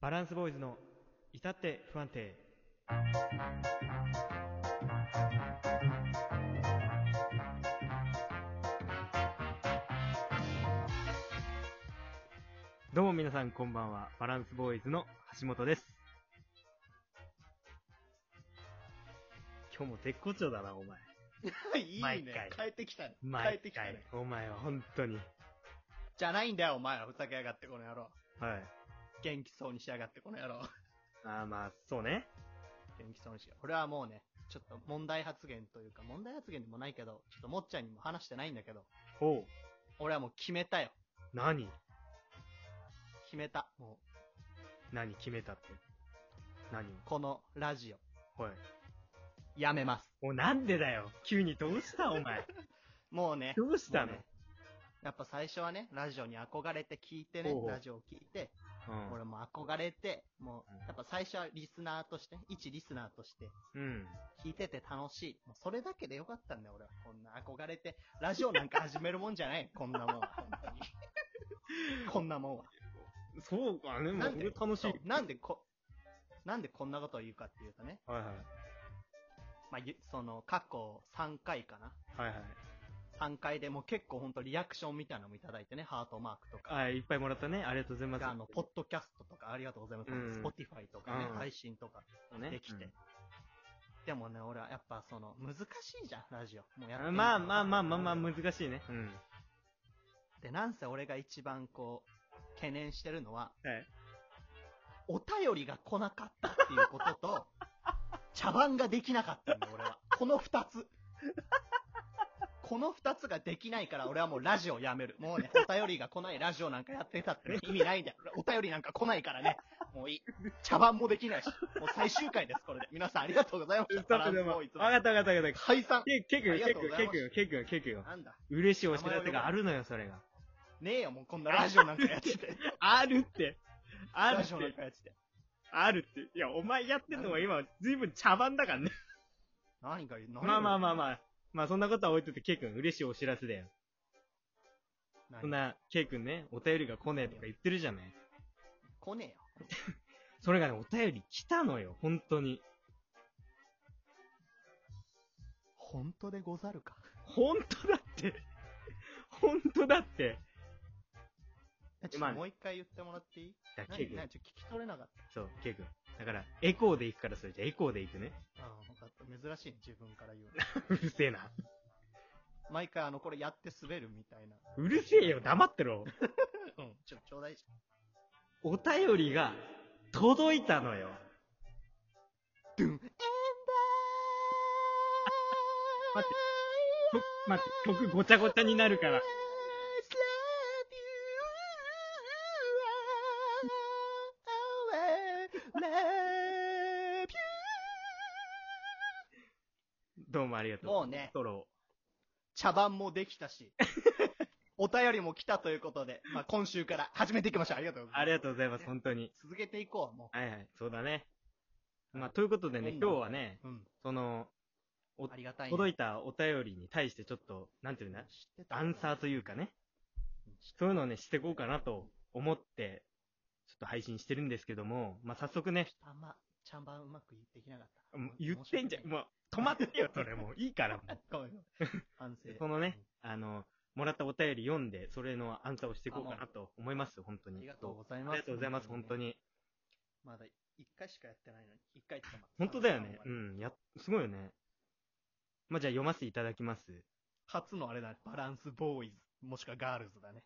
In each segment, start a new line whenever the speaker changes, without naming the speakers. バランスボーイズの至って不安定。どうも皆さんこんばんは。バランスボーイズの橋本です。今日も絶好調だな、お前。
いい
毎
ね
回。
帰ってきたね。帰
毎
ってきた
回
ね。。
お前は本当に。
じゃないんだよ、お前ら。ふざけやがって、この野郎。
はい。
元気そうにしやがって、この野郎。
あーまあ、そうね。
元気そうにしや。これはもうね、ちょっと問題発言というか、問題発言でもないけど、ちょっともっちゃんにも話してないんだけど、
ほう。
俺はもう決めたよ。
何
決めた。も
何決めたって。何
う、このラジオ、
はい。
やめます。
お、なんでだよ。急にどうしたお前。
もうね。
どうしたの、
もうねやっぱ最初はね、ラジオに憧れて聞いてね
おうお、う
ラジオを聞いて、
うん
俺も憧れて、も
うん
う、やっぱ最初はリスナーとして、一リスナーとして、
うん。
聞いてて楽しい。もうそれだけでよかったんだよ、俺は。こんな憧れて、ラジオなんか始めるもんじゃない。こんなもんは、本当に。 こんなもんは。
そうかね、も
な
うん俺
で、
楽し
そう
い。
なんでこ、なんでこんなことを言うかっていうとね、
はいはい。
まあ、ゆその、過去3回かな。
はいはい。
3回でもう結構本当リアクションみたいなのもいただいてね、ハートマークとか。
あいっぱいもらったね。ありがとうございます。
あの、ポッドキャストとかありがとうございます。
うん
Spotify とかね、
うん
配信とか
ッ
できて。でもね、俺はやっぱその、難しいじゃん、ラジオ。もうやってみたら
まあまあまあまあまあ、難しいね。うん。
で、なんせ俺が一番こう、懸念してるのは、
はい。
お便りが来なかったっていうこと と、茶番ができなかったんだよ、俺は。この二つ。この二つができないから、俺はもうラジオやめる。もうね、お便りが来ないラジオなんかやってたってね、意味ないんだよ。お便りなんか来ないからね。もういい。茶番もできないし。もう最終回です、これで。皆さんありがとうございまし
ちょ
た。
っとで
バランス
も、
ボー
わ
イズ
かったわかったわかった。
解散。
け、けくよ、
ありが
け
とう
く
ご
よ、
ざ
け
いま
く
す
よ、けくよ、けくよ。
なんだ。
嬉しいお知らせがあるのよ、それが。
ねえよ、もうこんなラジオなんかやってて。
あるって。あ
ラジオなん。かやってて。
あるって。いや、お前やってんのは今、ずいぶん茶番だからね。
何が言う何が言う
まあまあまあまあ。まあそんなことは置いといて、ケイ君、嬉しいお知らせだよ。
何
そんな、ケイ君ね、お便りが来ねえとか言ってるじゃない。
来ねえよ。
それがね、お便り来たのよ、本当に。
本当でござるか。
本当だって。 本当だって。
ちょっ
まあ
と
ね
もう一回言ってもらっていい
じゃあ、ケイ
何
君
何。ちょっと聞き取れなかっ
そう、ケイ君。だから、エコーで行くから、それじゃエコーで行くね。
た。ああ、分かった。珍しいね、自分から言う
うるせえな。
の。 毎回、あの、これやって滑るみたいな。
うるせえよ、黙ってろ。
うん。ちょ、ちょうだい。
お便りが届いたのよ。
ドゥン。エンダー
待と待って、曲ごちゃごちゃになるから。どうもありがとう。
もうね
ストロ
茶番もでき たし、お便りも来たということで、まあ、今週から始めていきましょう。ありがとう
ー。
ございます。
ありがとうございます、本当に。
続けていこう、も
はいはい、そうだね。まあ、ということでね、
うん
今日はね、
う。うん。
その、お
ありがたい、ね。
届いたお便りに対してちょっと、なんていうんだ、
知ってた
アンサーというかね、そういうのをね、していこうかなと思って、ちょっと配信してるんですけども、まあ、早速ね、
あんま、茶番うまく言ってきなかった。
もう言ってんじゃん、
申し
もう、止まってよ、それ もう、いいから、も う。
訳ない。ごめんごめん 反省
で。このね、あの、もらったお便り読んで、それのアンサーをしていこうかなと思います、本当
うん。
に。
ありがとう
そ
ございうます。
ありがとうございます、本当
に。
に。
まだ一回しかやってないのに、一回って言って
本当だよね。う
うん。
ん、や、すごいよね。まあ、じゃあ読ませていただきます。
初のあれだね、バランスボーイズ、もしくはガールズだね。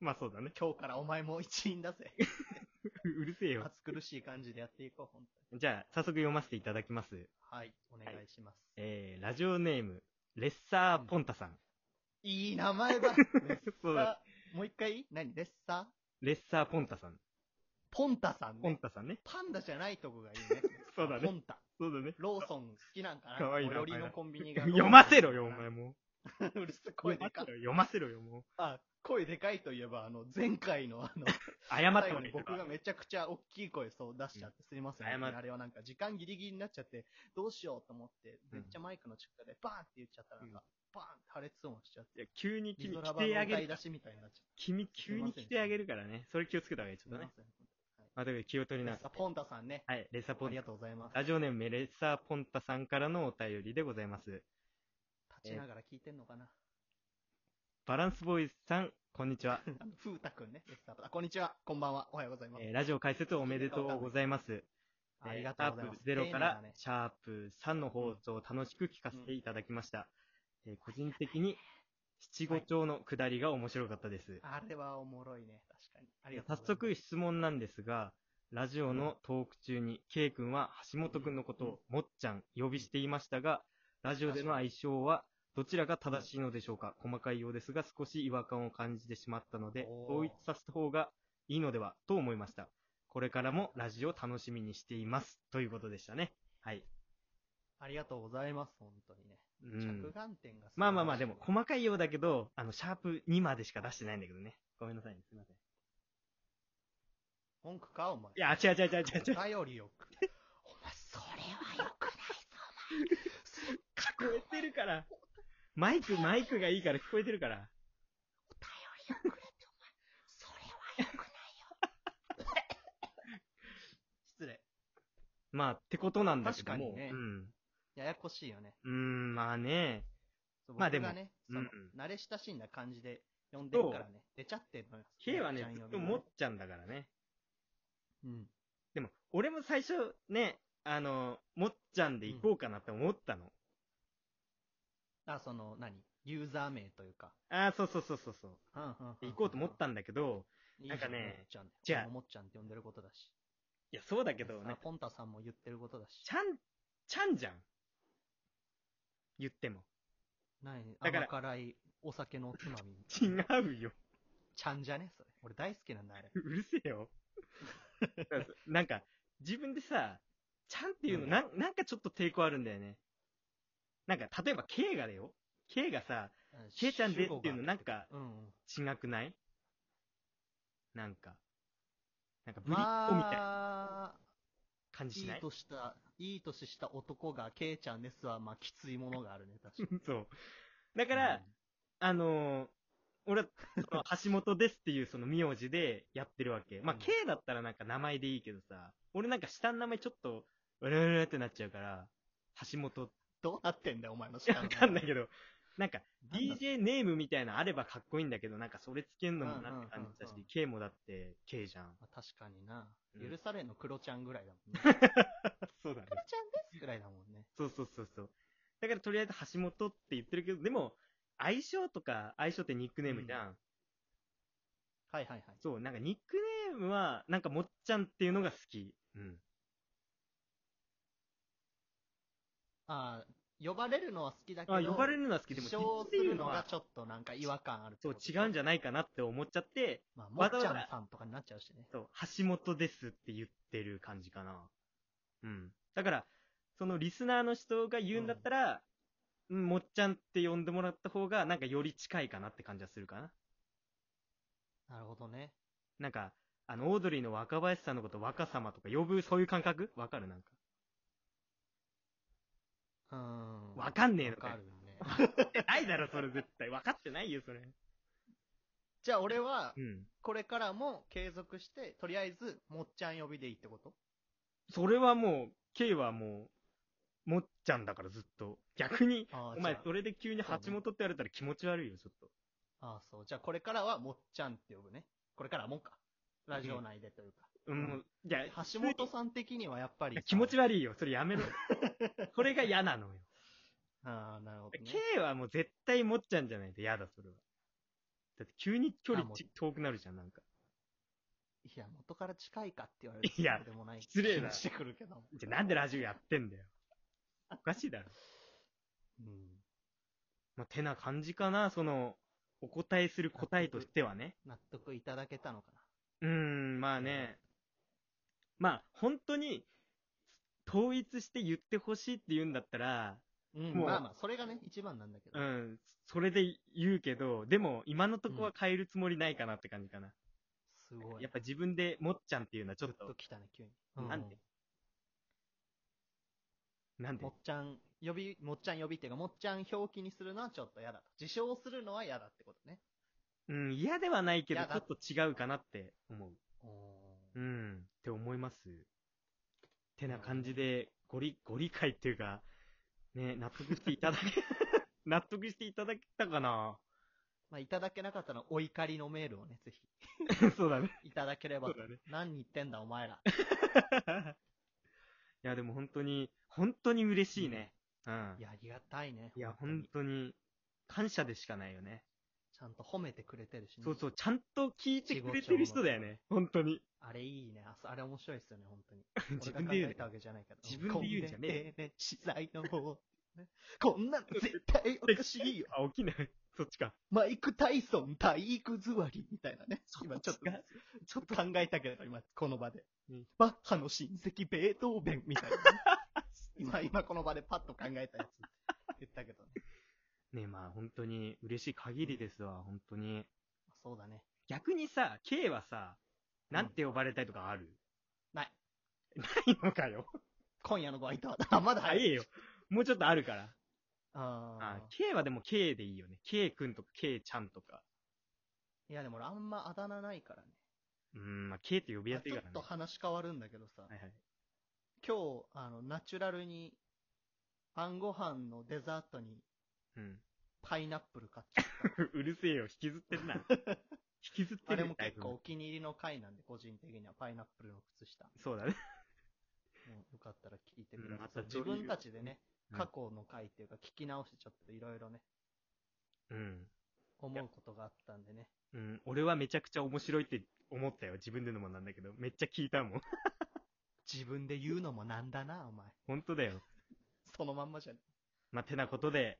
まあ、そうだね。
今日からお前も一員だぜ。
うるせえよ。
暑苦しい感じでやっていこう、本当に。
じゃあ、早速読ませていただきます。
はい、お願いします。
えー、ラジオネーム、レッサーポンタさん。
いい名前だ。
そうだ。
もう一回何レッサ
レッサーポンタさん。
ーポンタさん
ポン
ね。
タさんね。
パンダじゃないとこがいいね。
そうだね
ポンタ。
そうだね。
ローソン好きなんかな
かわいいな
最寄りのコンビニが。
読ませろよ、お前。も
うるせえ、
う。
声
読ま
で
せ
かい。
ろよ、読ませろよ、もう。
あ、声でかいといえば、あの、前回のあの、
謝って
最
もら
後に
えれ
僕
ば
がめちゃくちゃ大きい声そう出しちゃって、すいません。
謝って
あれはなんか時間ギリギリになっちゃって、どうしようと思って、
うん
めっちゃマイクの近くでバーンって言っちゃったら、なんか、バーンって破裂音しちゃって、
いや、急に
リ
君
ゾ
来
ラバの
てあげ
歌い
る。
出しみたいになっちゃって。
君急に来てあげるからね。それ気をつけた方がいい、ちょっ
す
と
いま
ね。
せん。はい
まあ、ということで気を取りながら。
ポンタさんね。
はい、レッサーポ
あ
ン
り
タ
が。とうございます。
ラジオネームレッサーポンタさんからのお便りでございます。
立ちながら聞いてんのかな。
バランスボーイズさん、こんにちは。
あの、ふうたくんね。レッサーあこんにちは。こんばんは。おはようご ざいます。
えーラジオ解説おめでとうございます。
ありがとうございます。
シャープ0か
丁寧
ら
だね
シャープ3の放送を楽しく聞かせていただきました。えー個人的に七五調の下りが面白かったです。
あれはおもろいね。確かに。ありがと
早
うございます。
速質問なんですが、ラジオのトーク中に、K 君は橋本君のことをもっちゃん呼びしていましたが、ラジオでの愛称はどちらが正しいのでしょうか細かいようですが少し違和感を感じてしまったので、
おー
統一させた方がいいのではと思いました。これからもラジオ楽しみにしています。ということでしたね。はい。
ありがとうございます。本当にね。
うん
着。眼点が素晴らしい
まあまあまあ、でも細かいようだけど、あの、シャープ2までしか出してないんだけどね。ごめんなさいね。すいません。
文句か、お前。
いや、違う違う違う違う違う。
頼りよく。お前、それはよくないぞ、お前。せっかく
聞
お
こ
便
えてるから。マイク、マイクがいいから聞こえてるから。
りをくれて、お前。それはよくないよ。失礼。
まあ、ってことなんだけども。
確かにねややこしいよね。
うん。うん、まあね。
そう
まあでも
僕がね、その、
うん
慣れ親しんだ感じで呼んでるからね。出ちゃってるのよ。
K はね、
ちゃん
ず
呼
っ
び
と
のね
もっちゃんだからね。
うん。
でも、俺も最初ね、あの、もっちゃんで行こうかなって思ったの。
あ、その、何ユーザー名というか。
ああ、そうそうそうそうそう。
うんうんうん
で行こうと思ったんだけど、
いいじゃ
なんかね
もっちゃん。
じゃあ
俺ももっちゃんって呼んでることだし。
いや、そうだけど、
さ
な
あ
んか、
ポンタさんも言ってることだし。
ちゃん、ちゃんじゃん。言っても。
ないね
だから
甘辛いお酒のおつまみ。
違うよ。
ちゃんじゃねそれ。俺大好きなんだ、あれ。
うるせえ よ。なんか、自分でさ、ちゃんっていうの、
うん
なんなんかちょっと抵抗あるんだよね。なんか、例えば、K がだよ。K がさ、
うん
K ちゃんでっていうの、
主語が
なんか、
うんうん。
違くないなんか、なんか、ブリッコみたいな
まあ、
感じ
い
し
い
ない、
とした、いい年した男が、ケイちゃんですは、まあ、きついものがあるね、確かに。
そう。だから、
うん
あのー俺は、 その橋本ですっていうその名字でやってるわけ。まあ、
うん
K だったらなんか名前でいいけどさ、俺なんか下の名前ちょっと、うらうらってなっちゃうから、橋本って
どうなってんだよ、お前の知ら
わかんないけ
ど。
ど、なんか、DJ ネームみたいなのあればかっこいいんだけど、なんかそれつけんのもなって感じだ
うんうんうんう
し
ん、
K もだって K じゃん。
まあ確かにな。
うん
許されんのクロちゃんぐらいだもんね。クロ ちゃん
そうだね。
ですぐらいだもんね。
そうそうそうそう。だからとりあえず橋本って言ってるけど、でも、相性とか、相性ってニックネームじゃん。
はいはいはい。
そう、なんかニックネームは、なんかもっちゃんっていうのが好き。うん。
ああ、呼ばれるのは好きだけど、
あ、呼ばれるのは好きでも、
自称
っ
す
てい
る
う
のがちょっとなんか違和感ある
そう、違うんじ
ゃ。
ゃないかなって思っちゃって、
まあ、もっち
わ
ゃ
ざわ
ん
ざ
さんとかになっちゃうしね。
そう、橋本ですって言ってる感じかな。うん。だから、そのリスナーの人が言うんだったら、うん、もっちゃんって呼んでもらった方が、なんかより近いかなって感じはするかな。
なるほどね。
なんか、あの、オードリーの若林さんのこと若様とか呼ぶ、そういう感覚わかるなんか。
うーん。
わかんねえのか
わ
よ
かるよね。
ないだろ、それ絶対。分かってないよ、それ。
じゃあ俺は
う、ん。
これからも継続して、とりあえず、もっちゃん呼びでいいってこと
それはもう、K はもう、もっちゃんだからずっと。逆に、
ああ、
お前
じゃあ
それで急に橋本って言われたら気持ち悪いよ、ちょっと。
ああ、そう。じゃあこれからは、もっちゃんって呼ぶね。これからはもんか。ラジオ内でというか。
うん、もういや、
橋本さん的にはやっぱりさ。
気持ち悪いよ、それや めろ。これが嫌なのよ。
ああ、なるほど、ね。
K はもう絶対もっちゃんじゃないと嫌だ、それは。だって急に距離
あもう
ち遠くなるじゃん、なんか。
いや、元から近いかって言われると
いや
そうでもない
失礼だ
気もしてくるけど。
じゃあなんでラジオやってんだよ。おかしいだろ。
うん。
まあ、てな感じかな、その、お答えする答えとしてはね。
納得いただけたのか
うーん、まあね。まあ、本当に、統一して言ってほしいって言うんだったら、
な。うん。
もう
まあまあ、それがね、一番なんだけど。
う。ん、それで言うけど、でも、今のとこは変えるつもりないかなって感じかな。
すごい。
やっぱ自分でもっちゃんっていうのはちょっ
グッと
と、
きたね、急に。
なんでなん
うん
で
もっちゃん、呼び、もっちゃん呼びっていうか、もっちゃん表記にするのはちょっと嫌だと。自称するのは嫌だってことね。
うん、嫌ではないけど、
嫌
ちょ
だ
っと違うかなって思う。
おー
うん、って思います。てな感じで、ごり、ご理解っていうか、ね、納得していた だけ、納得していただけたか な
まあ、いただけなかったらお怒りのメールをね、ぜ
そうだね。
ひ、いただければ
そう
と。
だね。
何言ってんだお前ら。
いや、でも本当に、本当に嬉しいね。うん
い。や、ありがたいね。
いや、
本当に
本当に、感謝でしかないよね。
ちゃんと褒めてくれてるしね。
そうそう、ちゃんと聞いてくれてる人だよね。本当に。
あれいいね。あそあれ面白いですよね、本当に。
自分で言う
俺が考え
ね
た。わけじゃないけど。
自分で言うんじゃねえ
こんなね資材の方。ねこんなの絶対おかしいよ。
あ、起きない。 そっちか。
マイク・タイソン体育座りみたいなね。今ちょっと、
そっちか
ちょっと考えたけど、今、この場で
うん。
バッハの親戚ベートーベンみたい なね。今、今この場でパッと考えたやつ。言ったけ どね。
ねまあ本当に嬉しい限りですわ、本当に。
そうだね。
逆にさ、K はさ、
うん
なんて呼ばれたいとかある、
ない。
ないのか よ。
今夜のご相手は、 あ、まだ
あ、いいよ。もうちょっとあるから。あ
あー
K はでも K でいいよね。K くんとか K ちゃんとか。
いや、でも俺あんまあだ名ないからね。
うーん、まあ K って呼びやすいからね
あ。ちょっと話変わるんだけどさ、
はいはい。
今日、あの、ナチュラルに、晩ご飯のデザートに
うん。
パイナップル買っちゃっ。
うるせえよ、引きず ってんな。引きずったて
あ
る
れ
よ
も結構
だい
お気に入りの回なんで、個人的にはパイナップルの靴下。
ぶそうだね。
もうよかったら聞いてく
う
だ
んま
さ
た
い。自分たちでね、
うん
過去の回っていうか聞き直してちょっといろいろね、
うん。
思うことがあったんでね。
うん、俺はめちゃくちゃ面白いって思ったよ。自分でのもなんだけど。めっちゃ聞いたもん。
自分で言うのもなんだな、お前。
本当だよ。
そのまんまじゃね。
まあ、てなことで、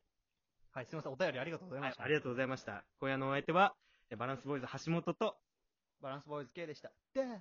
はい、すみません。お便りありがとうございま
はい
した。
ありがとうございました。今夜のお相手は、えバランスボーイズ橋本と、
バランスボーイズ系でした。でー